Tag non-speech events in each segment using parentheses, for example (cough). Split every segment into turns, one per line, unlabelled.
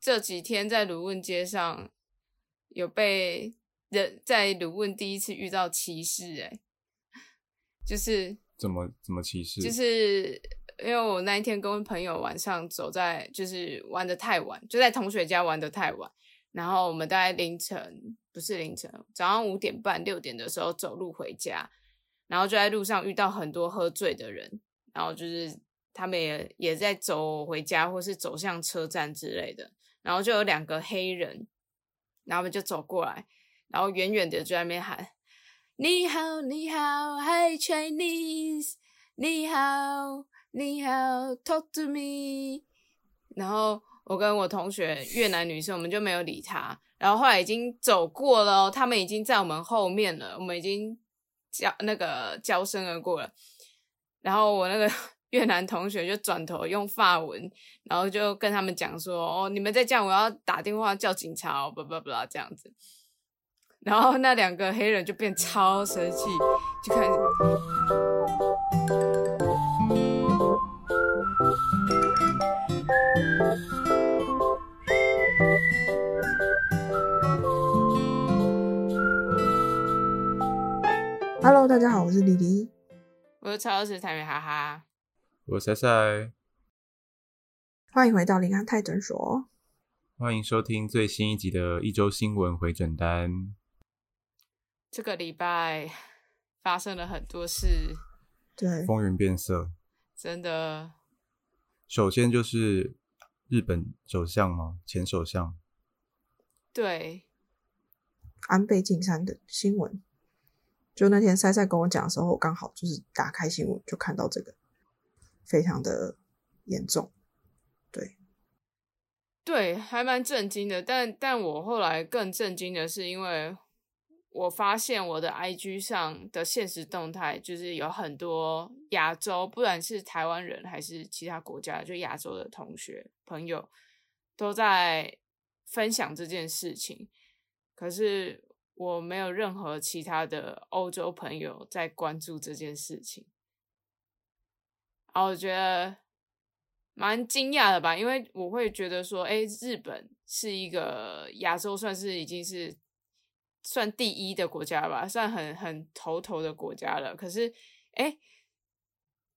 这几天在鲁汶街上有被人在鲁汶第一次遇到歧视、欸，哎，就是
怎么怎么歧视？
就是因为我那一天跟朋友晚上走在，就是玩的太晚，就在同学家玩的太晚，然后我们大概凌晨不是凌晨，哦早上五点半六点的时候走路回家，然后就在路上遇到很多喝醉的人，然后就是他们也也在走回家或是走向车站之类的，然后就有两个黑人，然后他们就走过来，然后远远的就在那边喊。你好，你好，Hi Chinese，你好，你好，Talk to me。然后我跟我同学越南女生，我们就没有理她。然后后来已经走过了哦，他们已经在我们后面了，我们已经交那个交身而过了。然后我那个 (laughs) 越南同学就转头用法文，然后就跟他们讲说：“哦，你们再这样，我要打电话叫警察哦，不不不，这样子。”然后那两个黑人就变超生气，就开始。
Hello，大家好，我是李黎。
我是超市台美哈哈，
我是赛赛，
欢迎回到林安泰诊所。
欢迎收听最新一集的一周新闻回诊单。
这个礼拜发生了很多事，
对，
风云变色，
真的
首先就是日本首相嘛，前首相
对，
安倍晋三的新闻，就那天塞塞跟我讲的时候，我刚好就是打开新闻就看到这个，非常的严重。
对，还蛮震惊的。但但我后来更震惊的是，因为我发现我的 IG 上的现实动态，就是有很多亚洲，不管是台湾人还是其他国家，就亚洲的同学朋友，都在分享这件事情。可是我没有任何其他的欧洲朋友在关注这件事情。啊，我觉得蛮惊讶的吧，因为我会觉得说，哎，日本是一个亚洲算是已经是算第一的国家吧，算很很头头的国家了。可是，哎，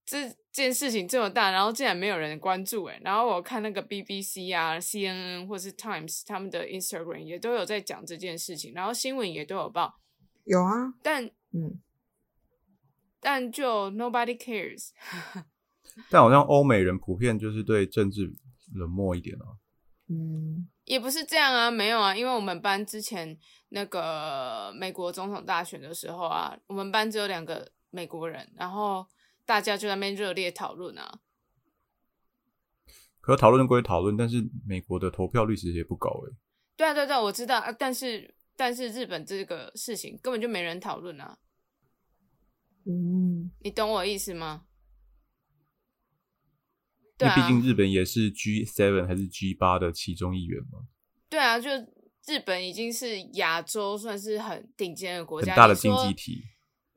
这件事情这么大，然后竟然没有人关注，哎，然后我看那个 BBC 啊、CNN 或是 Times 他们的 Instagram 也都有在讲这件事情，然后新闻也都有报，
有啊，
但
嗯，
但就 nobody cares。
但好像欧美人普遍就是对政治冷漠一点啊。
嗯，
也不是这样啊，没有啊，因为我们班之前那个美国总统大选的时候啊，我们班只有两个美国人，然后大家就在那边热烈讨论啊。
可是讨论归讨论，但是美国的投票率其实也不高欸诶、
对啊，对啊对啊，我知道，啊但是但是日本这个事情根本就没人讨论啊，
嗯，
你懂我意思吗？对啊，
因为毕竟日本也是 G seven 还是 G 八的其中一员嘛，
对啊，就日本已经是亚洲算是很顶尖的国
很
家，
大的
你
经
说
济体。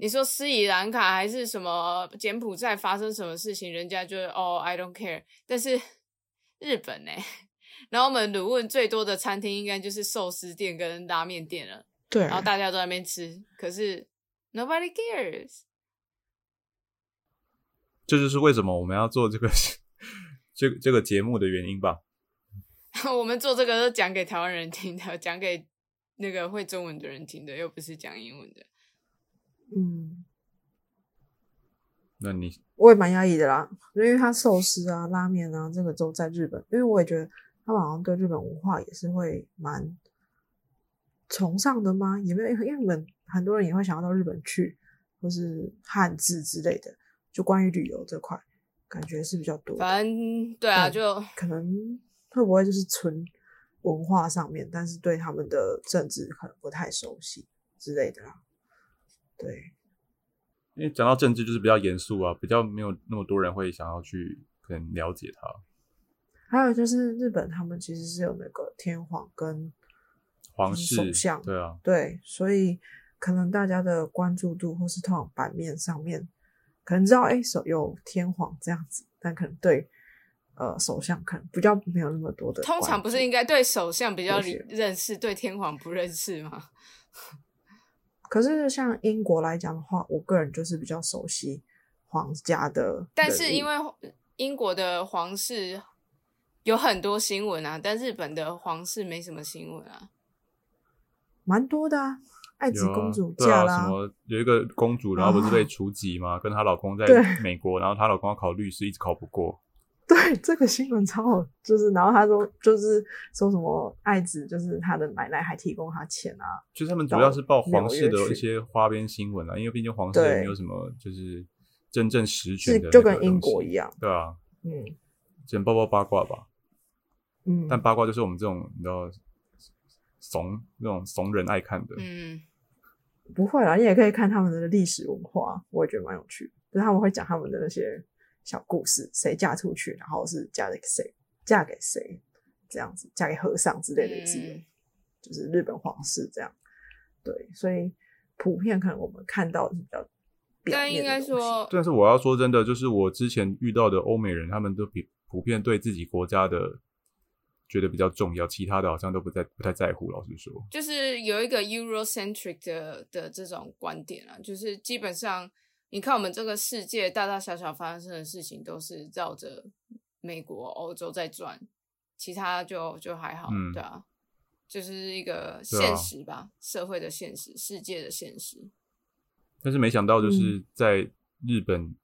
你说斯里兰卡还是什么柬埔寨发生什么事情，人家就哦 I don't care。但是日本呢、 (laughs) 然后我们鲁汶最多的餐厅应该就是寿司店跟拉面店了，
对
然后大家都在那边吃，可是 nobody cares。 (laughs)
这就是为什么我们要做这个 (laughs) 这这个节目的原因吧。
我们做这个都讲给台湾人听的，讲给那个会中文的人听的，又不是讲英文的。
嗯，
那你
我也蛮压抑的啦，因为他寿司啊、拉面啊，这个都在日本，因为我也觉得他们好像对日本文化也是会蛮崇尚的吗？也没有，因为因为我们很多人也会想要到日本去，或是汉字之类的，就关于旅游这块，感觉是比较多的。
反正对啊，
对
就
可能会不会就是纯文化上面，但是对他们的政治可能不太熟悉之类的啦。对，
因为讲到政治就是比较严肃啊，比较没有那么多人会想要去可能了解它。
还有就是日本他们其实是有那个天皇跟
皇
就是
室
首相
对啊，
对，所以可能大家的关注度或是通常版面上面，可能知道哎、诶首有天皇这样子，但可能对呃首相看，比较没有那么多的关注。
通常不是应该对首相比较
了解
认识，对天皇不认识
(laughs)
吗？
可是像英国来讲的话，我个人就是比较熟悉皇家的人物，
但是因为英国的皇室有很多新闻啊，但日本的皇室没什么新闻啊。
蛮多的啊，爱子
有啊
公主
对
嫁
啊，
啦、啊
什么有一个公主，然后不是被除籍吗？跟她老公在
对
美国，然后她老公要考律师，一直考不过。
(laughs) 对，这个新闻超好，就是然后他说就是说什么爱子就是他的奶奶还提供他钱啊，
就是他们主要是报皇室
到纽
的
约
一
去
些花边新闻啊，因为毕竟皇室也
对
没有什么就是真正实
是
权的，
就跟英国一。样，
对啊，
嗯
只能报报八卦吧。
嗯，
但八卦就是我们这种你知道怂那种怂人爱看的，
嗯，
不会啦，你也可以看他们的历史文化，我也觉得蛮有趣的，就是他们会讲他们的那些小故事，谁嫁出去，然后是嫁给谁，嫁给谁，这样子，嫁给和尚之类的也是有，
嗯
就是日本皇室这样。对，所以普遍可能我们看到的是比较表
但
面
应该
的东西
说，
但是我要说真的，就是我之前遇到的欧美人，他们都比普遍对自己国家的觉得比较重要，其他的好像都不在不太在乎。老实说，
就是有一个 Eurocentric 的的这种观点啊，就是基本上你看我们这个世界大大小小发生的事情都是绕着美国、欧洲在转，其他就就还好，
嗯
对啊，就是一个
对啊
现实吧，社会的现实，世界的现实。
但是没想到就是在日本，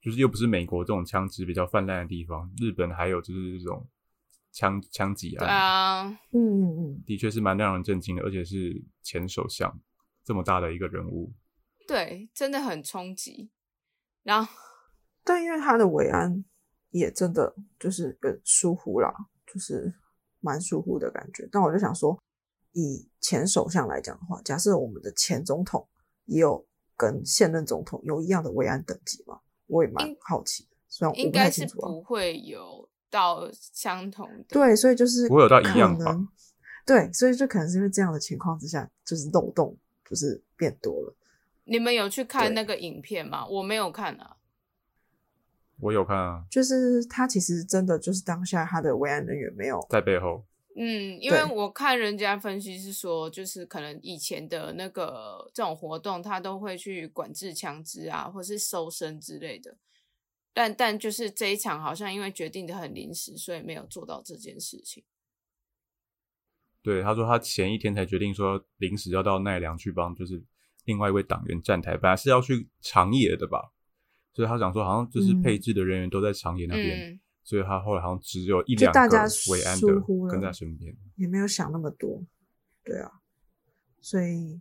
就是又不是美国这种枪支比较泛滥的地方，日本还有就是这种枪枪击
对
案，
啊，
嗯嗯嗯。
的确是蛮让人震惊的，而且是前首相这么大的一个人物，
对，真的很冲击。然
哦
后，
但因为他的维安也真的就是有疏忽啦，就是蛮疏忽的感觉。但我就想说，以前首相来讲的话，假设我们的前总统也有跟现任总统有一样的维安等级嘛，我也蛮好奇的。虽然我
应
不
该
太
是
清楚啊，
不会有到相同的。
对，所以就是
不会有到一样
可
吧
能对，所以就可能是因为这样的情况之下，就是漏洞就是变多了。
你们有去
对
看那个影片吗？我没有看啊。
我有看啊，
就是他其实真的就是当下他的维安人员没有
在背后，
嗯，因为
对
我看人家分析是说，就是可能以前的那个这种活动，他都会去管制枪支啊，或是搜身之类的。但但就是这一场好像因为决定的很临时，所以没有做到这件事情。
对，他说他前一天才决定说临时要到奈良去帮，就是另外一位党员站台，本来是要去长野的吧，所以他想说好像就是
嗯
配置的人员都在长野那边，
嗯，
所以他后来好像只有一
就
两个
大家
维安
疏忽
的
了
跟在身边，
也没有想那么多，对啊，所以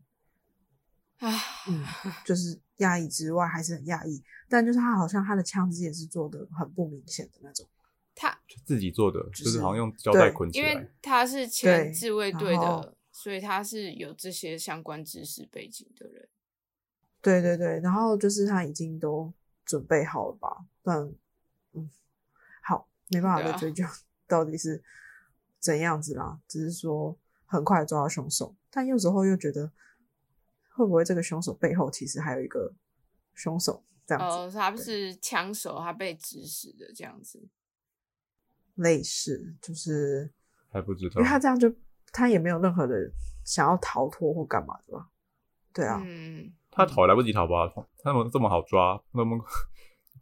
唉， (laughs)
嗯，就是压抑之外还是很压抑，但就是他好像他的枪支也是做的很不明显的那种，
他
就自己做的，
是
就是好像用胶带
对
捆起
因为
来，
他是前
对
自卫
然
队的
后，
所以他是有这些相关知识背景的人。
对对对，然后就是他已经都准备好了吧，但嗯，好，没办法
对啊
再追究到底是怎样子啦，只是说很快抓到凶手，但有时候又觉得会不会这个凶手背后其实还有一个凶手这样子，
哦，他不是枪手，他被指使的这样子。
类似就是。
还不知道
因为。他这样就他也没有任何的想要逃脱或干嘛的吧？对啊，
嗯，
他逃也来不及逃吧？他们这么好抓，那么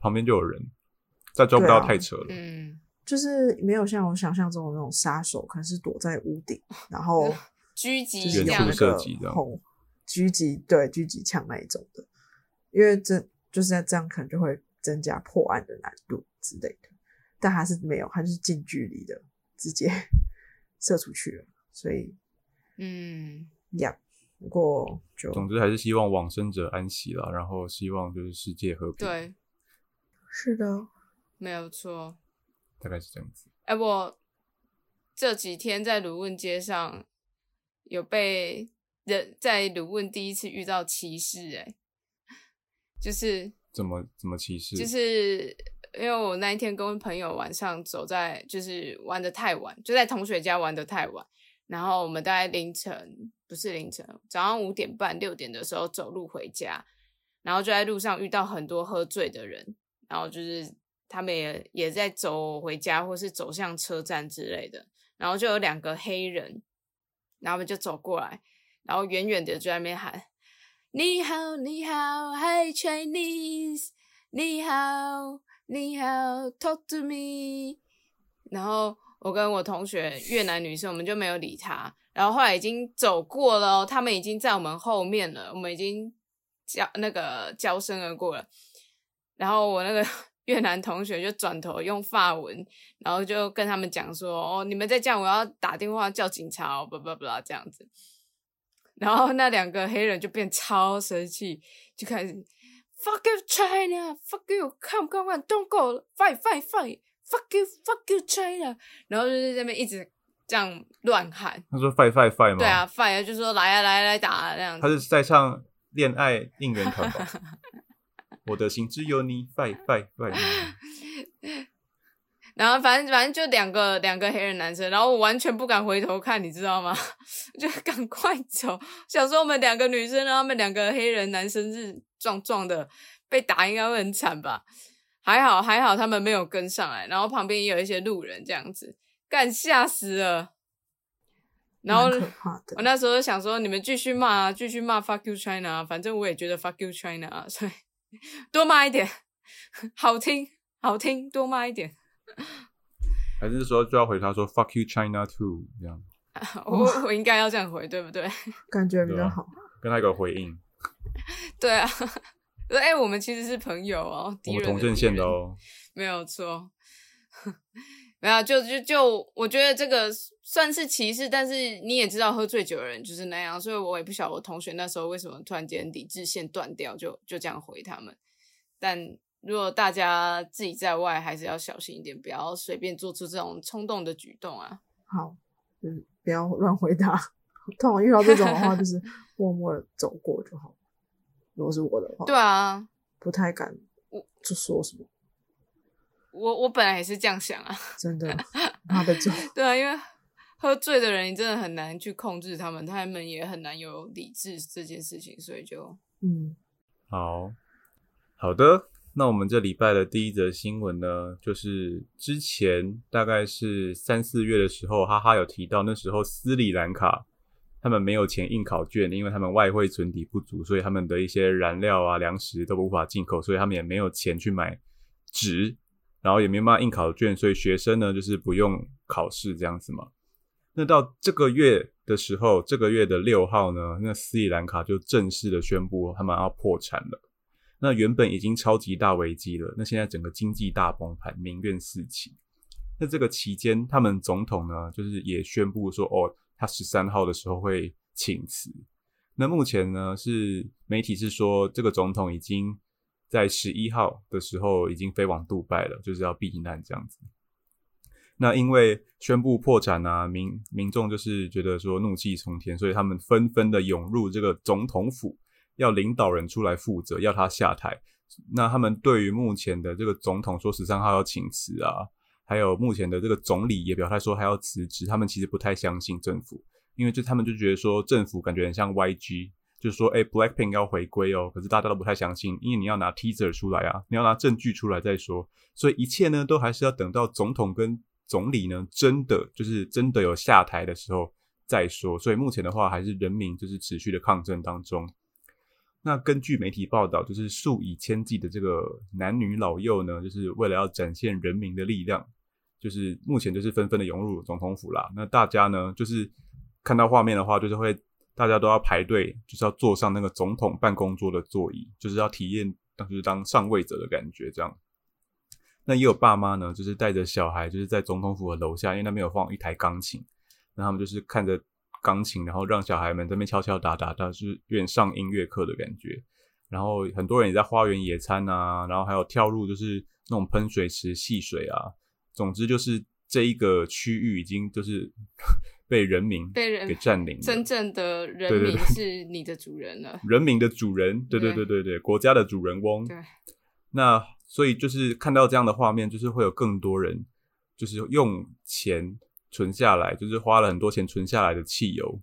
旁边就有人，再抓不
对啊
到太扯了。
嗯，
就是没有像我想象中的那种杀手，可能是躲在屋顶，然后
(laughs) 狙
就
击
是
这
用
样
那
远处射
个
击这样
红狙击对狙击枪那一种的，因为这就是在这样可能就会增加破案的难度之类的。但他是没有，他就是近距离的直接 (laughs) 射出去了，所以
嗯，
呀，不过就
总之还是希望往生者安息啦，然后希望就是世界和平，，
对，
是的，
没有错。
大概是这样子。
哎、我这几天在鲁汶街上有被人在鲁汶第一次遇到歧视、哎，就是
怎么怎么歧视？
就是因为我那一天跟朋友晚上走在，就是玩的太晚，就在同学家玩的太晚，然后我们大概凌晨不是凌晨，哦早上五点半六点的时候走路回家，然后就在路上遇到很多喝醉的人，然后就是他们也也在走回家或是走向车站之类的，然后就有两个黑人，然后他们就走过来，然后远远的就在那边喊：“你好，你好，Hi Chinese，你好，你好，Talk to me。”然后我跟我同学越南女生，我们就没有理她。然后后来已经走过了哦，他们已经在我们后面了，我们已经交那个交身而过了。然后我那个越南同学就转头用法文，然后就跟他们讲说：“哦，你们再这样，我要打电话叫警察哦，不不不，这样子。”然后那两个黑人就变超生气，就开始 “fuck you China”，“fuck you”，看不看看，“don't go”，“fight fight fight”，“fuck you”，“fuck you China”，然后就是在那边一直这样乱喊。
他说 “fight fight fight” 吗？
对啊，反而就说来啊来啊来打啊这样
他
子。
是在唱《恋爱应援团》吧？ (laughs) 我的心只有你，fight fight fight。
然后反正反正就两个两个黑人男生，然后我完全不敢回头看，你知道吗？ (laughs) 就赶快走，想说我们两个女生，然后他们两个黑人男生是壮壮的，被打应该会很惨吧？还好还好他们没有跟上来，然后旁边也有一些路人这样子，干吓死了。然后
蛮可怕
我
的。
那时候想说，你们继续骂啊，继续骂 “fuck you China”，啊反正我也觉得 “fuck you China”，啊所以 (laughs) 多骂一点， (laughs) 好听好听，多骂一点。
还是说就要回他说 “fuck you China too” 这样，
我我应该要这样回，对不 (laughs) 对？
感觉比
对
较
啊
好。
跟他一个回应。
对啊，说哎、我们其实是朋友哦，
我
敌
们
人
同阵线的
敌人，
哦。
没有错。没有，啊就就就，我觉得这个算是歧视，但是你也知道，喝醉酒的人就是那样，所以我也不晓得我同学那时候为什么突然间理智线断掉，就就这样回他们。但如果大家自己在外，还是要小心一点，不要随便做出这种冲动的举动啊。
好，嗯，不要乱回答。通常遇到这种的话，
(laughs)
就是默默的走过就好。如果是我的话，
对啊，
不太敢就说什么，
我我本来也是这样想啊。
真
(laughs)
的很怕被揍。
对啊，因为喝醉的人，你真的很难去控制他们，他们也很难有理智这件事情，所以就
嗯，
好好的，那我们这礼拜的第一则新闻呢，就是之前大概是三四月的时候，哈哈有提到，那时候斯里兰卡他们没有钱印考卷，因为他们外汇存底不足，所以他们的一些燃料啊、粮食都无法进口，所以他们也没有钱去买纸，然后也没办法印考卷，所以学生呢就是不用考试这样子嘛。那到这个月的时候，这个月的六号呢，那斯里兰卡就正式的宣布他们要破产了。那原本已经超级大危机了，那现在整个经济大崩盘，民怨四起。那这个期间，他们总统呢，就是也宣布说，哦，他十三号的时候会请辞。那目前呢，是媒体是说，这个总统已经在十一号的时候已经飞往杜拜了，就是要避难这样子。那因为宣布破产啊，民民众就是觉得说怒气冲天，所以他们纷纷的涌入这个总统府，要领导人出来负责，要他下台。那他们对于目前的这个总统说十三号要请辞啊，还有目前的这个总理也表态说他要辞职，他们其实不太相信政府，因为就他们就觉得说政府感觉很像 YG，就是说哎、Blackpink 要回归哦，可是大家都不太相信，因为你要拿 teaser 出来啊，你要拿证据出来再说，所以一切呢都还是要等到总统跟总理呢真的就是真的有下台的时候再说。所以目前的话，还是人民就是持续的抗争当中。那根据媒体报道，就是数以千计的这个男女老幼呢，就是为了要展现人民的力量，就是目前就是纷纷的涌入总统府啦。那大家呢，就是看到画面的话，就是会大家都要排队，就是要坐上那个总统办公桌的座椅，就是要体验当就是当上位者的感觉这样。那也有爸妈呢，就是带着小孩，就是在总统府的楼下，因为那边有放一台钢琴，然后他们就是看着钢琴，然后让小孩们在那边敲敲打打，打就是有点上音乐课的感觉。然后很多人也在花园野餐啊，然后还有跳入就是那种喷水池戏水啊，总之就是这一个区域已经就是 (laughs) 被人民
被人
给
(laughs)
占领了，
真正的人
嗯对对
民
对
是你的主人
(laughs)
了。
人民的主人，对对对对对，国家的主人翁。
对，
那所以就是看到这样的画面，就是会有更多人就是用钱存下来，就是花了很多钱存下来的汽油，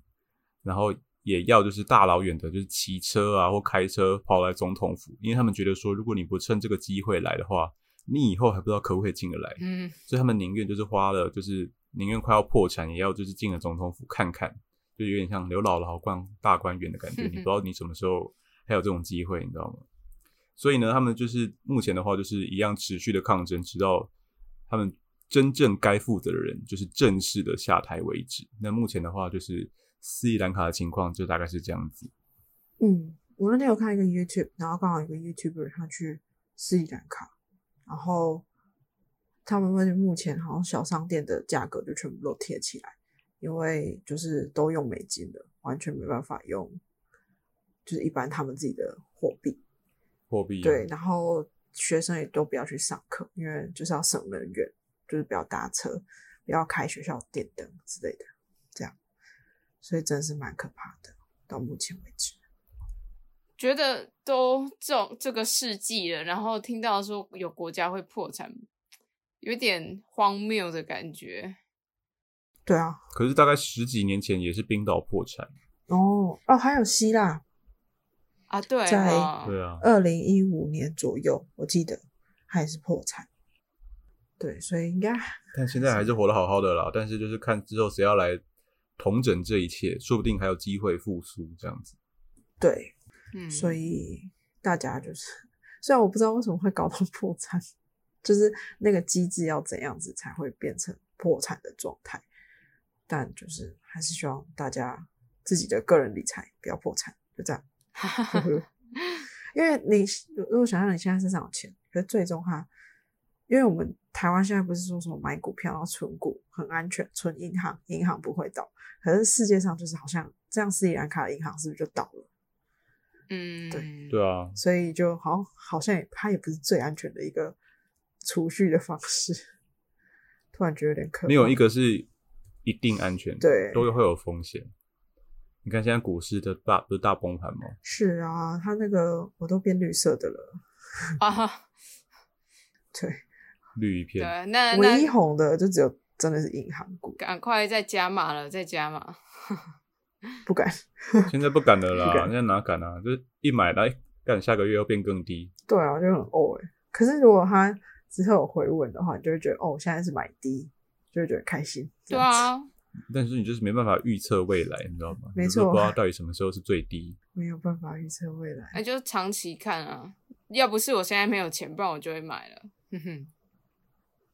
然后也要就是大老远的，就是骑车啊或开车跑来总统府，因为他们觉得说，如果你不趁这个机会来的话，你以后还不知道可不可以进得来，
嗯，
所以他们宁愿就是花了，就是宁愿快要破产，也要就是进了总统府看看，就有点像刘姥姥逛大观园的感觉。你不知道你什么时候还有这种机会，你知道吗？所以呢，他们就是目前的话，就是一样持续的抗争，直到他们真正该负责的人就是正式的下台为止。那目前的话，就是斯里兰卡的情况就大概是这样子。
嗯，我那天有看一个 YouTube，然后刚好有个 YouTuber 他去斯里兰卡，然后他们会目前好像小商店的价格就全部都贴起来，因为就是都用美金的，完全没办法用就是一般他们自己的货币。
货币啊
对，然后学生也都不要去上课，因为就是要省能源，就是不要搭车，不要开学校电灯之类的，这样，所以真的是蛮可怕的。到目前为止，
觉得都这种这个世纪了，然后听到说有国家会破产，有点荒谬的感觉。
对啊，
可是大概十几年前也是冰岛破产，
哦哦，还有希腊，
啊，对
在
哦，
对啊，
二零一五年左右，我记得还是破产。对，所以应该
但现在还是活得好好的啦。但是就是看之后谁要来统整这一切，说不定还有机会复苏这样子。
对，
嗯，
所以大家就是，虽然我不知道为什么会搞到 (laughs) 破产，就是那个机制要怎样子才会变成破产的状态，但就是还是希望大家自己的个人理财不要破产，就这样。 (laughs) 因为你如果想让你现在身上有钱，可是最终哈，因为我们台湾现在不是说什么买股票然后存股很安全，存银行银行不会倒，可是世界上就是好像这样斯里兰卡的银行是不是就倒了？
嗯，
对
对啊，
所以就好像好像也它也不是最安全的一个储蓄的方式。 (laughs) 突然觉得有点可怕。
没有一个是一定安全的，
对
都会有风险。你看现在股市的大不是大崩盘吗？
是啊，它那个我都变绿色的了，
啊，
对，
绿一
对
片，，
那
唯一
那
红的就只有真的是银行股，
赶快再加码了，再加码。
不敢。 (laughs)
现在不敢了啦
不，敢
现在哪敢啊？就是一买来，干下个月又变更低。
对啊，就很呕哎、可是如果它之后有回稳的话，你就会觉得哦，我现在是买低，就会觉得开心。这
对
样子，
啊，
但是你就是没办法预测未来，你知道吗？
没
就是
错
不知道到底什么时候是最低。
没有办法预测未来。
那就长期看啊。要不是我现在没有钱，不然我就会买了。哼哼，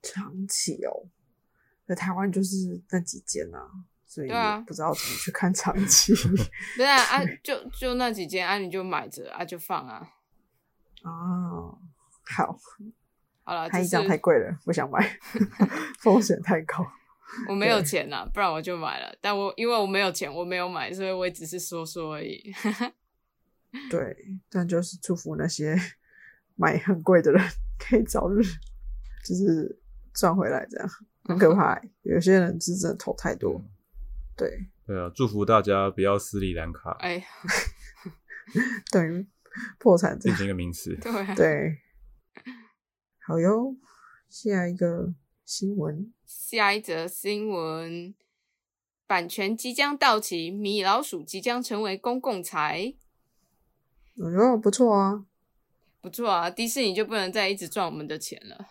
长期哦，在台湾就是那几间啊，所以
对啊
也不知道怎么去看长期。 (laughs)
对啊，啊，就就那几件啊，你就买着啊，就放啊。
哦，好，
好了，啊
它
就
一
是
张太贵了，不
(laughs)
想买，风险太高。
我没有钱啦，不然我就买了。但我因为我没有钱，我没有买，所以我也只是说说而已。
对，但就是祝福那些 (laughs) 买很贵的人可以早日就是赚回来，这样
嗯
很可怕欸、有些人是真的投太多，对，
对啊，祝福大家不要斯里兰卡
哎，
等于破产这
(laughs)
变
样。
成一个名词。
对啊，
对，好哟，下一个新闻，
下一则新闻：版权即将到期，米老鼠即将成为公共财。
哎呦，不错啊，
不错啊，迪士尼就不能再一直赚我们的钱了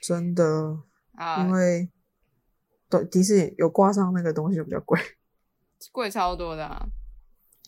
真的，因
啊，
为对迪士尼有挂上那个东西就比较贵，
贵超多的、啊。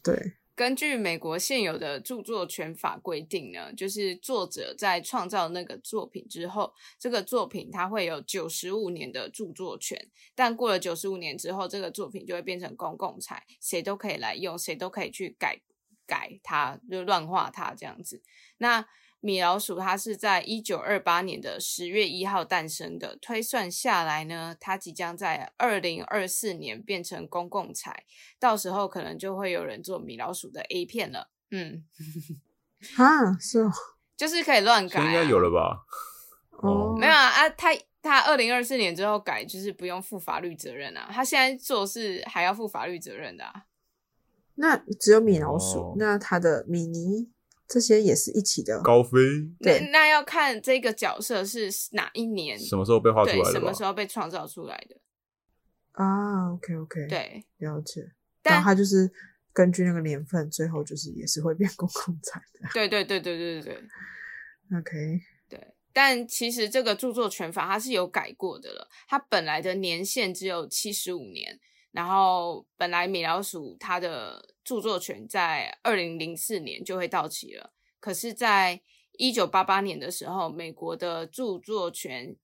对，
根据美国现有的著作权法规定呢，就是作者在创造那个作品之后，这个作品它会有九十五年的著作权，但过了九十五年之后，这个作品就会变成公共财，谁都可以来用，谁都可以去改改它，就乱画它这样子。那米老鼠它是在一九二八年的十月一号诞生的，推算下来呢，它即将在二零二四年变成公共财。到时候可能就会有人做米老鼠的 A 片了。嗯，
哈，是哦，
就是可以乱改、
现
啊，
在应该有了吧？哦
哦
没有啊？啊他他二零二四年之后改，就是不用负法律责任啊。他现在做是还要负法律责任的、啊。
那只有米老鼠，
哦
那它的米妮这些也是一起的。
高飞
那
对
那要看这个角色是哪一年，
什么时候被画出
嗯对
来的
什
吧
么？时候被创造出来的。
啊，OK OK，，
对，
了解。然
但
后它就是根据那个年份，最后就是也是会变公共财的。
对对对对对对对。
OK，
对，但其实这个著作权法它是有改过的了，它本来的年限只有七十五年，然后本来米老鼠它的著作权在二零零四年就会到期了，可是，在一九八八年的时候，美国的著作权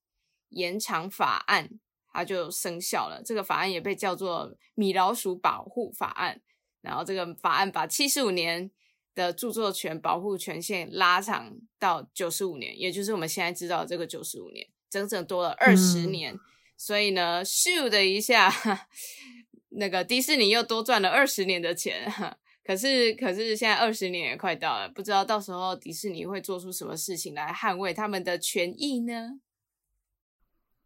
延长法案它就生效了，这个法案也被叫做米老鼠保护法案，然后这个法案把七十五年的著作权保护权限拉长到九十五年，也就是我们现在知道的这个九十五年，整整多了二十
嗯
年。所以呢，咻的一下， (laughs) 那个迪士尼又多赚了二十年的钱。可是，可是现在二十年也快到了，不知道到时候迪士尼会做出什么事情来捍卫他们的权益呢？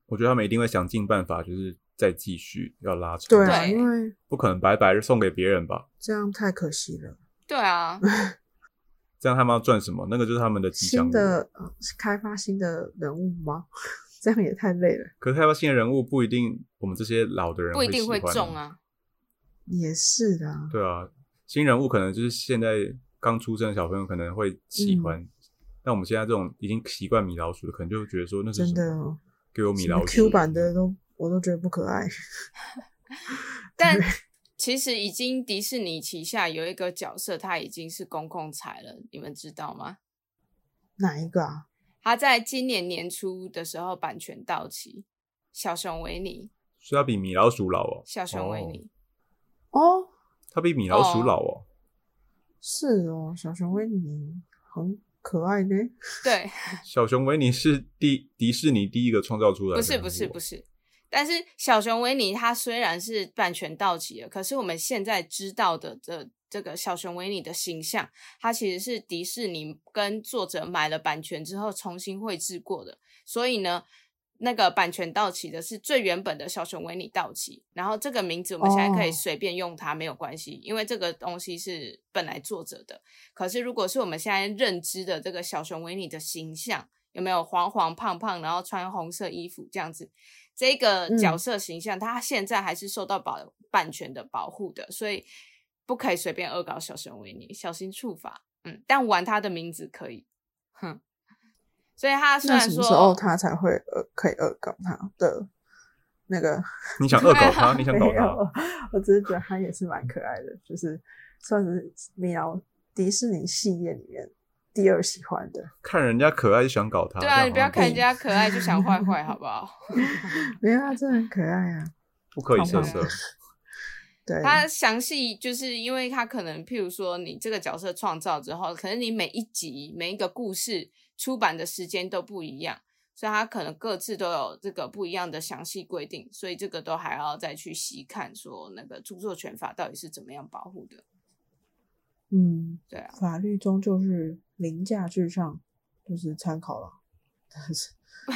我觉得他们一定会想尽办法，就是再继续要拉长，
对啊，
对
因为
不可能白白送给别人吧？
这样太可惜了。
对啊，
嗯
这样他们要赚什么？那个就是他们的吉祥
新
物。
的、呃、是开发新的人物吗？ (laughs) 这样也太累了。
可是开发新的人物不一定，我们这些老的人
不一定会
会喜欢
中。啊。
也是的啊，
对啊，新人物可能就是现在刚出生的小朋友可能会喜欢，
嗯
但我们现在这种已经习惯米老鼠的，可能就会觉得说那是
真
什
的
么
哦。
给我米
什么
老鼠
Q 版的都我都觉得不可爱。 (laughs)
但其实已经迪士尼旗下有一个角色，它已经是公共财了，你们知道吗？
哪一个啊？
它在今年年初的时候版权到期，小熊维尼，
所以他比米老鼠老哦，
小熊维尼
哦，，
哦，
他比米老鼠老哦，
是哦，小熊维尼很可爱呢。
对，
小熊维尼是第迪士尼第一个创造出来的
不是不是
人物哦
不是，但是小熊维尼它虽然是版权到期了，可是我们现在知道的这这个小熊维尼的形象，它其实是迪士尼跟作者买了版权之后重新绘制过的，所以呢。那个版权到期的是最原本的小熊维尼到期，然后这个名字我们现在可以
哦
随便用它，没有关系，因为这个东西是本来作者的。可是如果是我们现在认知的这个小熊维尼的形象，有没有黄黄胖胖，然后穿红色衣服这样子？这个角
嗯
色形象，它现在还是受到保版权的保护的，所以不可以随便恶搞小熊维尼，小心触法。嗯，但玩他的名字可以，哼。所以他虽
那
然
什
说
么时候他才会呃可以恶搞他的那个？
你想恶搞
(laughs) 对
他，
啊
你想
没
搞
有
他，，
我只是觉得他也是蛮可爱的，就是算是米老迪士尼系列里面第二喜欢的。
看人家可爱就想搞他，
对
这
啊，
样
你不要
好像
看人家可爱就想坏坏，好不好？
没有，他真的很可爱啊。
不可以色
胖
胖
色
的， (laughs)
对，
他详细就是因为他可能，譬如说你这个角色创造之后，可能你每一集每一个故事出版的时间都不一样，所以他可能各自都有这个不一样的详细规定，所以这个都还要再去细看，说那个著作权法到底是怎么样保护的。 (laughs)
嗯，
对啊，
法律终究是凌驾至上，就是参考了。 (laughs) 但是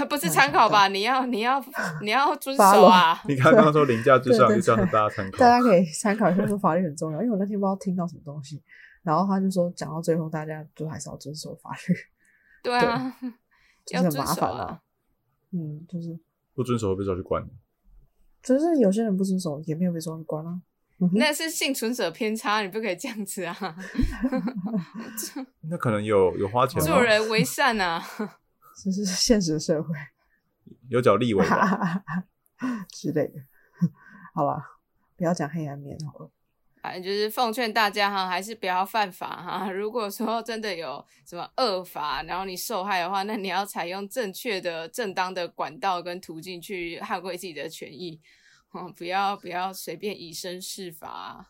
不是参考吧？你要你要你要遵守啊！
你刚刚说凌驾至上，
对对啊
就这样子大家参考
大。家可以参考一下，说法律很重要。因为我那天不知道听到什么东西，然后他就说，讲到最后，大家就还是要遵守法律，
对啊，
就
要
是
遵
很麻
守
烦
啊
啦。。嗯，就是
不遵守会被抓去关。
就是有些人不遵守，也没有被抓去关啊。嗯
(laughs)
哼
那是幸存者偏差，你不可以这样子啊！
那可能有有花钱吗？
助人为善啊！
这是 (laughs) 现实社会
有找立委吧？
之类的。 (laughs) 好啦，不要讲黑暗面好了。
反正哎就是奉劝大家哈，还是不要犯法哈。 (laughs) 如果说真的有什么恶法，然后你受害的话，那你要采用正确的、正当的管道跟途径去捍卫自己的权益，嗯，不要不要随便以身试法啊。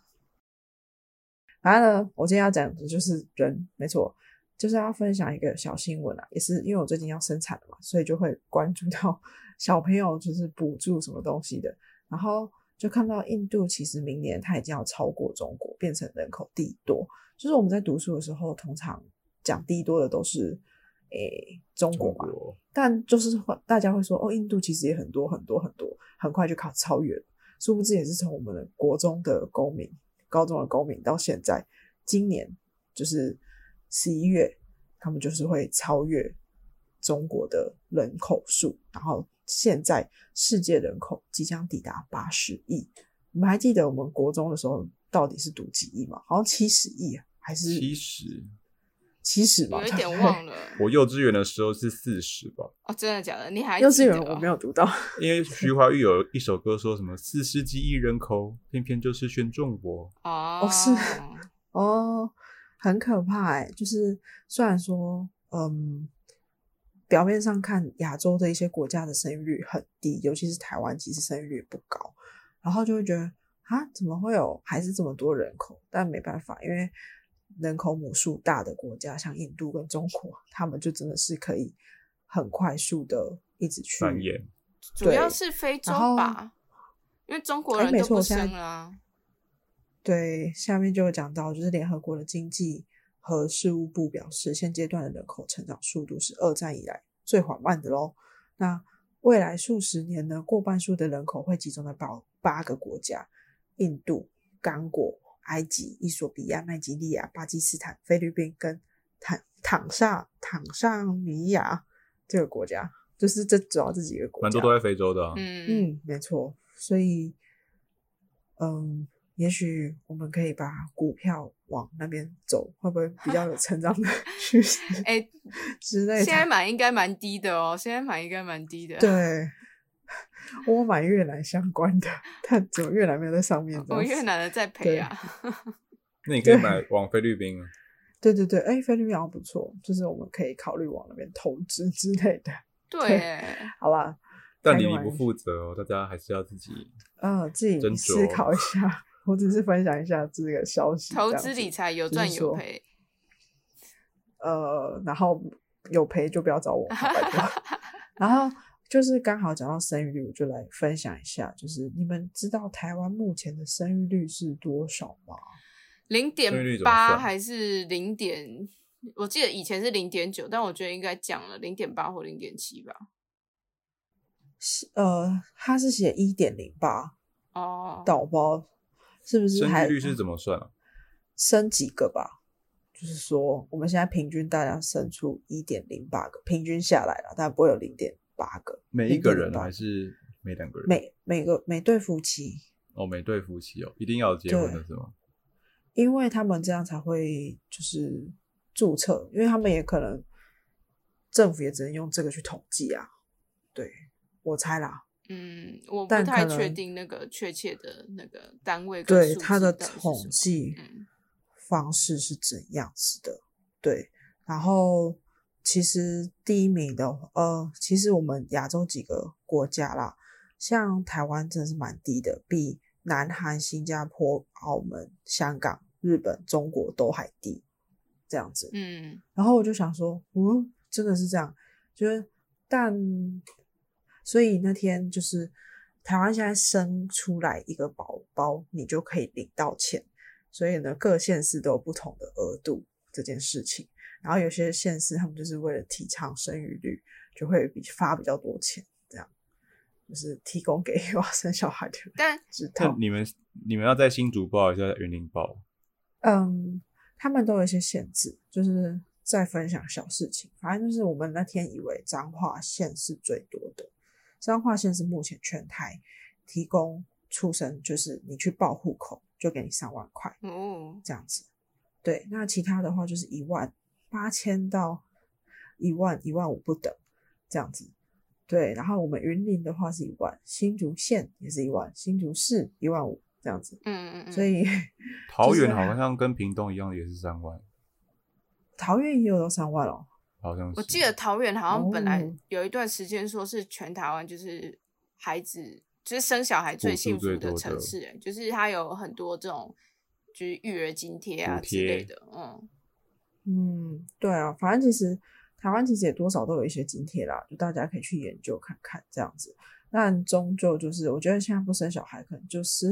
反正呢，我今天要讲的就是人，没错，就是要分享一个小新闻啊，也是因为我最近要生产了嘛，所以就会关注到 (laughs) 小朋友就是补助什么东西的，然后就看到印度其实明年它已经要超过中国，变成人口第一多。就是我们在读书的时候，通常讲第一多的都是诶、中国嘛，
国
但就是会大家会说，哦，印度其实也很多很多很多，很快就考超越了。殊不知也是从我们的国中的公民、高中的公民到现在，今年就是十一月，他们就是会超越中国的人口数，然后现在世界人口即将抵达八十亿。你们还记得我们国中的时候到底是读几亿吗？好像七十亿啊还是
七十
七十吧， (laughs)
有一点
对
忘了
我幼稚园的时候是四十吧，
哦，真的假的？你还
幼稚
记
园
得
我
哦
没有读到，
因为徐怀钰有一首歌说什么“四十几亿人口，偏偏就是选中我
哦
哦是哦，很可怕哎、就是虽然说，嗯，表面上看亚洲的一些国家的生育率很低，尤其是台湾，其实生育率不高，然后就会觉得啊，怎么会有还是这么多人口？但没办法，因为人口母数大的国家，像印度跟中国，他们就真的是可以很快速的一直”，去
繁衍。
主要
对
是非洲
然后
吧，因为中国
哎
人
没
都
错
不
我现在
生了啊。
对，下面就有讲到，就是联合国的经济和事务部表示，现阶段的人口成长速度是二战以来最缓慢的喽。那未来数十年呢，过半数的人口会集中在八八个国家：印度、刚果、埃及、伊索比亚、奈及利亚、巴基斯坦、菲律宾跟坦坦萨坦桑尼亚这个国家，就是这主要这几个国
蛮
家
多。都在非洲的、啊，
嗯，
嗯，没错。所以，嗯，也许我们可以把股票往那边走，会不会比较有成长
(laughs)
的趋势
哎、
之类
现在
的？
买应该蛮低的哦，现在买应该蛮低的。，
对，我买越南相关的，但只有越南没有在上面。
我哦越。南的在赔啊。
那你可以
对
买往菲律
(laughs)
宾啊。
对对对，哎，菲律宾好像不错，就是我们可以考虑往那边投资之类的。
对耶，
好啦，
但
开
你
个
你
玩
不
笑
负责哦，大家还是要自己。
嗯，自己
斟
思
酌
考一下。我只是分享一下这个消息，
投
这样
资
子
理财有
就是
赚有
说
赔。
呃，然后有赔就不要找我，拜托。然后就是刚好讲到生育率，我就来分享一下，就是你们知道台湾目前的生育率是多少吗？
零点
生育率怎么
八
算
还是零点？我记得以前是零点九，但我觉得应该降了零点八或零点七吧。
是呃，它是写一点零八，
哦，
但我不知道是不是
生
还
育率是怎么算啊？
生几个吧？就是说我们现在平均大家生出一点零八个，平均下来了，但不会有零点八个，
每一个人
0.08
还是每两个人？
每每个每对夫妻
哦，每对夫妻哦，一定要结婚的是吗？
因为他们这样才会就是注册，因为他们也可能政府也只能用这个去统计啊。对我猜啦，
嗯，我不
但
太
可
确
能
定那个确切的那个单位跟
对
数
他
字
的
到底是
统
什么
计
嗯
方式是怎样子的？对，然后其实第一名的呃，其实我们亚洲几个国家啦，像台湾真的是蛮低的，比南韩、新加坡、澳门、香港、日本、中国都还低，这样子。
嗯，
然后我就想说，嗯，真的是这样，就是但所以那天就是台湾现在生出来一个宝宝，你就可以领到钱，所以呢，各县市都有不同的额度这件事情。然后有些县市他们就是为了提倡生育率，就会比发比较多钱，这样就是提供给 (laughs) 要生小孩的人
但
知
那
道。
你们你们要在新竹报，还是在云林报？
嗯，他们都有一些限制，就是在分享小事情。反正就是我们那天以为彰化县是最多的，彰化县是目前全台提供出生，就是你去报户口就给你三万块
哦，
这样子。对，那其他的话就是一万八千到一万一万五不等这样子。对，然后我们云林的话是一万，新竹县也是一万，新竹市一万五这样子。
嗯嗯嗯，
所以 (laughs)
桃
就是
园好像跟屏东一样，也是三万，
桃园也有到三万哦。
好像是。
我记得桃园好像本来
哦
有一段时间说是全台湾就是孩子就是生小孩最
户数
幸福
最
的
多的
城市、欸，就是它有很多这种就是育儿津贴啊
补
之
贴
类的，嗯
嗯，对啊，反正其实台湾其实也多少都有一些津贴啦，就大家可以去研究看看这样子。但终究就是，我觉得现在不生小孩，可能就是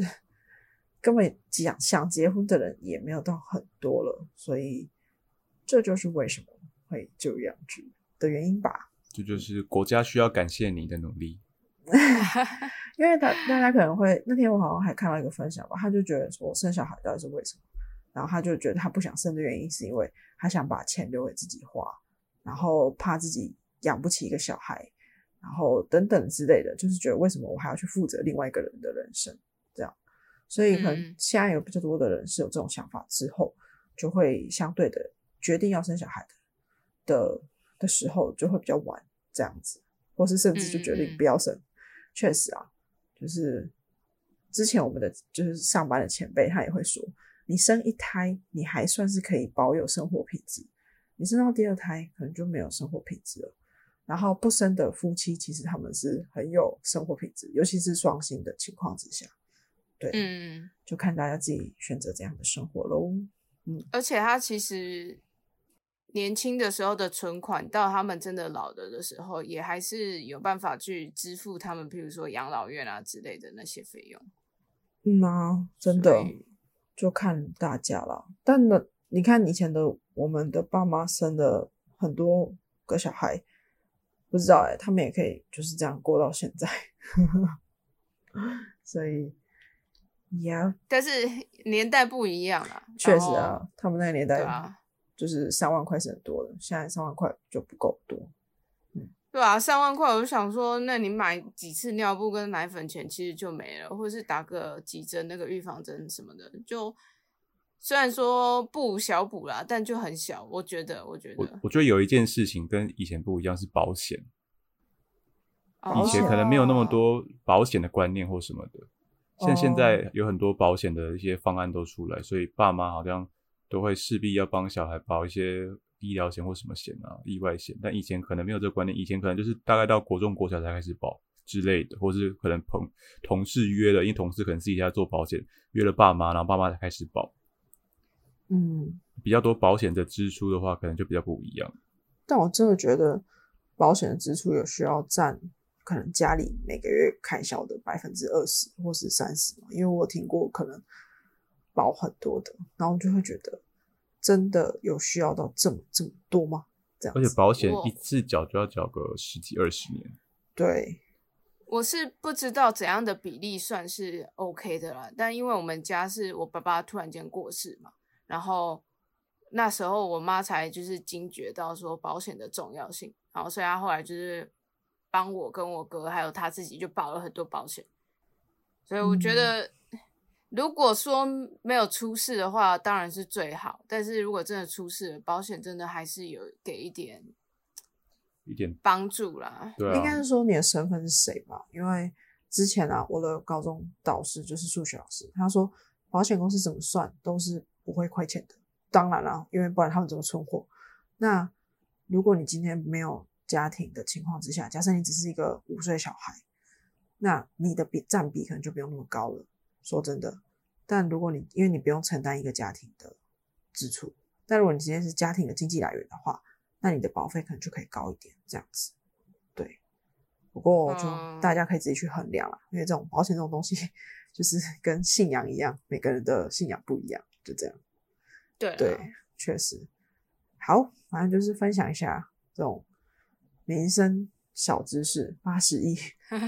根本想想结婚的人也没有到很多了，所以这就是为什么会这样子的原因吧。
这就是国家需要感谢你的努力。
因为大大家可能会那天我好像还看到一个分享吧，他就觉得说生小孩到底是为什么，然后他就觉得他不想生的原因是因为他想把钱留给自己花，然后怕自己养不起一个小孩，然后等等之类的，就是觉得为什么我还要去负责另外一个人的人生这样，所以可能
嗯
现在有比较多的人是有这种想法之后，就会相对的决定要生小孩的的的时候，就会比较晚这样子，或是甚至就决
嗯嗯
定
嗯
不要生。确、实啊，就是之前我们的就是上班的前辈，他也会说，你生一胎，你还算是可以保有生活品质；你生到第二胎，可能就没有生活品质了。然后不生的夫妻，其实他们是很有生活品质，尤其是双薪的情况之下，对，
嗯，
就看大家自己选择怎样的生活喽。
而且他其实年轻的时候的存款，到他们真的老了的时候，也还是有办法去支付他们，譬如说养老院啊之类的那些费用。
嗯啊，真的
所以
就看大家啦。但呢，你看以前的我们的爸妈生的很多个小孩，不知道哎、他们也可以就是这样过到现在， (laughs) 所以也
但是年代不一样啦，
确
然
实
后，
啊，他们那个年
对
代
啊，
就是三万块是很多的，现在三万块就不够多。
对啊，三万块，我就想说，那你买几次尿布跟奶粉钱其实就没了，或者是打个几针那个预防针什么的，就虽然说不小补啦，但就很小，我觉得，我觉得
我，我觉得有一件事情跟以前不一样是保险，
哦
以前可能没有那么，多保险的观念或什么的，像现
哦
在有很多保险的一些方案都出来，所以爸妈好像都会势必要帮小孩保一些医疗险或什么险啊、意外险，但以前可能没有这个观念，以前可能就是大概到国中、国小才开始保之类的，或是可能朋同事约了，因为同事可能自己家做保险，约了爸妈，然后爸妈才开始保。
嗯，
比较多保险的支出的话，可能就比较不一样。
但我真的觉得保险的支出有需要占可能家里每个月开销的百分之二十或是三十，因为我听过可能保很多的，然后就会觉得真的有需要到这么这么多吗？这样
而
子，
且保险
我
一次缴就要缴个十几二十年，
对，
我是不知道怎样的比例算是 OK 的啦，但因为我们家是我爸爸突然间过世嘛，然后那时候我妈才就是惊觉到说保险的重要性，然后所以她后来就是帮我跟我哥还有她自己就保了很多保险，所以我觉
嗯
得如果说没有出事的话，当然是最好，但是如果真的出事了，保险真的还是有给一点
一点
帮助啦。
对啊，
应该是说你的身份是谁吧？因为之前啊，我的高中导师就是数学老师，他说保险公司怎么算都是不会亏钱的。当然啦，因为不然他们怎么存活？那如果你今天没有家庭的情况之下，假设你只是一个五岁小孩，那你的比占比可能就不用那么高了。说真的，但如果你因为你不用承担一个家庭的支出，但如果你今天是家庭的经济来源的话，那你的保费可能就可以高一点，这样子。对，不过就
嗯
大家可以自己去衡量啦，因为这种保险这种东西 (laughs) 就是跟信仰一样，每个人的信仰不一样，就这样。
对啊啦
(laughs) 对，啊确实。好，反正就是分享一下这种民生小知识，八十亿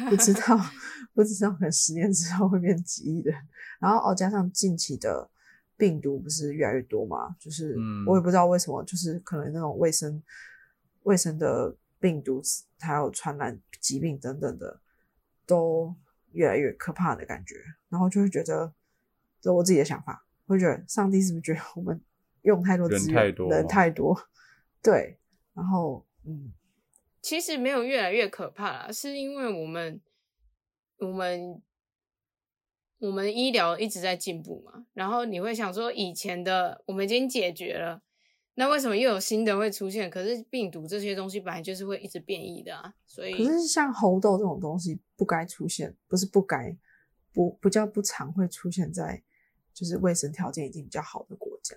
不知道， (laughs) 不知道可能十年之后会变几亿的。然后哦，加上近期的病毒不是越来越多嘛，就是
嗯
我也不知道为什么，就是可能那种卫生卫生的病毒，还有传染疾病等等的，都越来越可怕的感觉。然后就会觉得，这我自己的想法，会觉得上帝是不是觉得我们用太多
人
资源，
太多
人
吗
太多， (laughs) 对，然后嗯，
其实没有越来越可怕啦，是因为我们我们我们医疗一直在进步嘛，然后你会想说以前的我们已经解决了，那为什么又有新的会出现？可是病毒这些东西本来就是会一直变异的啊，所以
可是像猴痘这种东西不该出现，不是不该，不不叫不常会出现在就是卫生条件已经比较好的国家。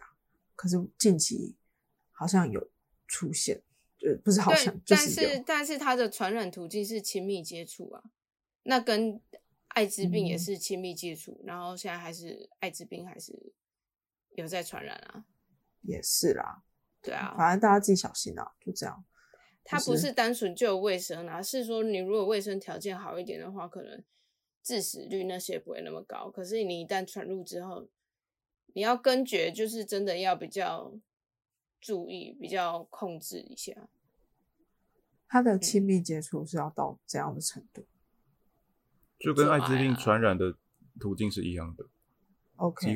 可是近期好像有出现，呃，不是好像
对，
就
但
有。
是但是它的传染途径是亲密接触啊，那跟艾滋病也
嗯
是亲密接触，然后现在还是艾滋病还是有在传染啊，
也是啦，
对啊，
反正大家自己小心啊，就这样。
它不
是
是单纯就有卫生啊，是说你如果卫生条件好一点的话，可能致死率那些不会那么高。可是你一旦传入之后，你要根绝，就是真的要比较注意、比较控制一下。
他的
嗯
亲密接触是要到怎样的程度
就跟
做
艾滋
爱
病
啊
传染的途径是一样的，
？OK，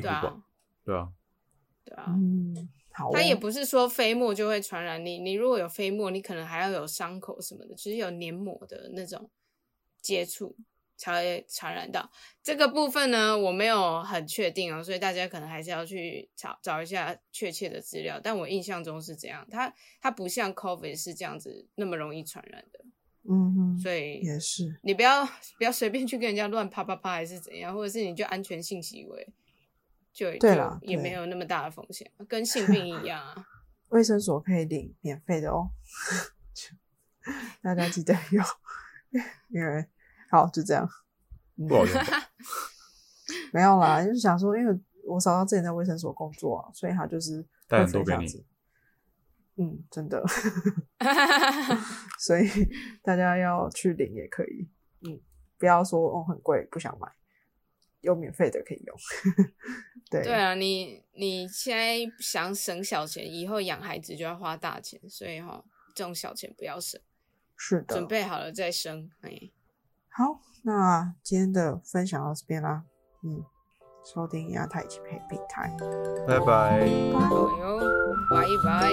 几乎
对
吧
啊，
对啊，
对啊，
嗯，好、哦，
它也不是说飞沫就会传染你，你如果有飞沫，你可能还要有伤口什么的，就是有黏膜的那种接触才会传染到。这个部分呢，我没有很确定哦，所以大家可能还是要去找找一下确切的资料。但我印象中是这样，它它不像 COVID 是这样子那么容易传染的，
嗯哼，
所以
也是，
你不要不要随便去跟人家乱啪啪啪还是怎样，或者是你就安全性行为，就
对
就
啦
也
对
没有那么大的风险，跟性病一样啊。
卫生所可以领免费的哦，大家记得用， (laughs) 因为好就这样，
不
(laughs)
好用吧。
没有啦，就是想说，因为我嫂嫂之前在卫生所工作啊，所以她就是
带
会
很多
分
给
享
你
自，嗯，真的， (laughs) 所以大家要去领也可以，嗯，不要说哦很贵不想买，有免费的可以用， (laughs) 对
对啊，你你现在想省小钱，以后养孩子就要花大钱，所以哈、这种小钱不要省，
是的，
准备好了再生。哎，
好，那今天的分享到这边啦，嗯，收听亚太一配平台。
拜拜。
哎呦，拜拜。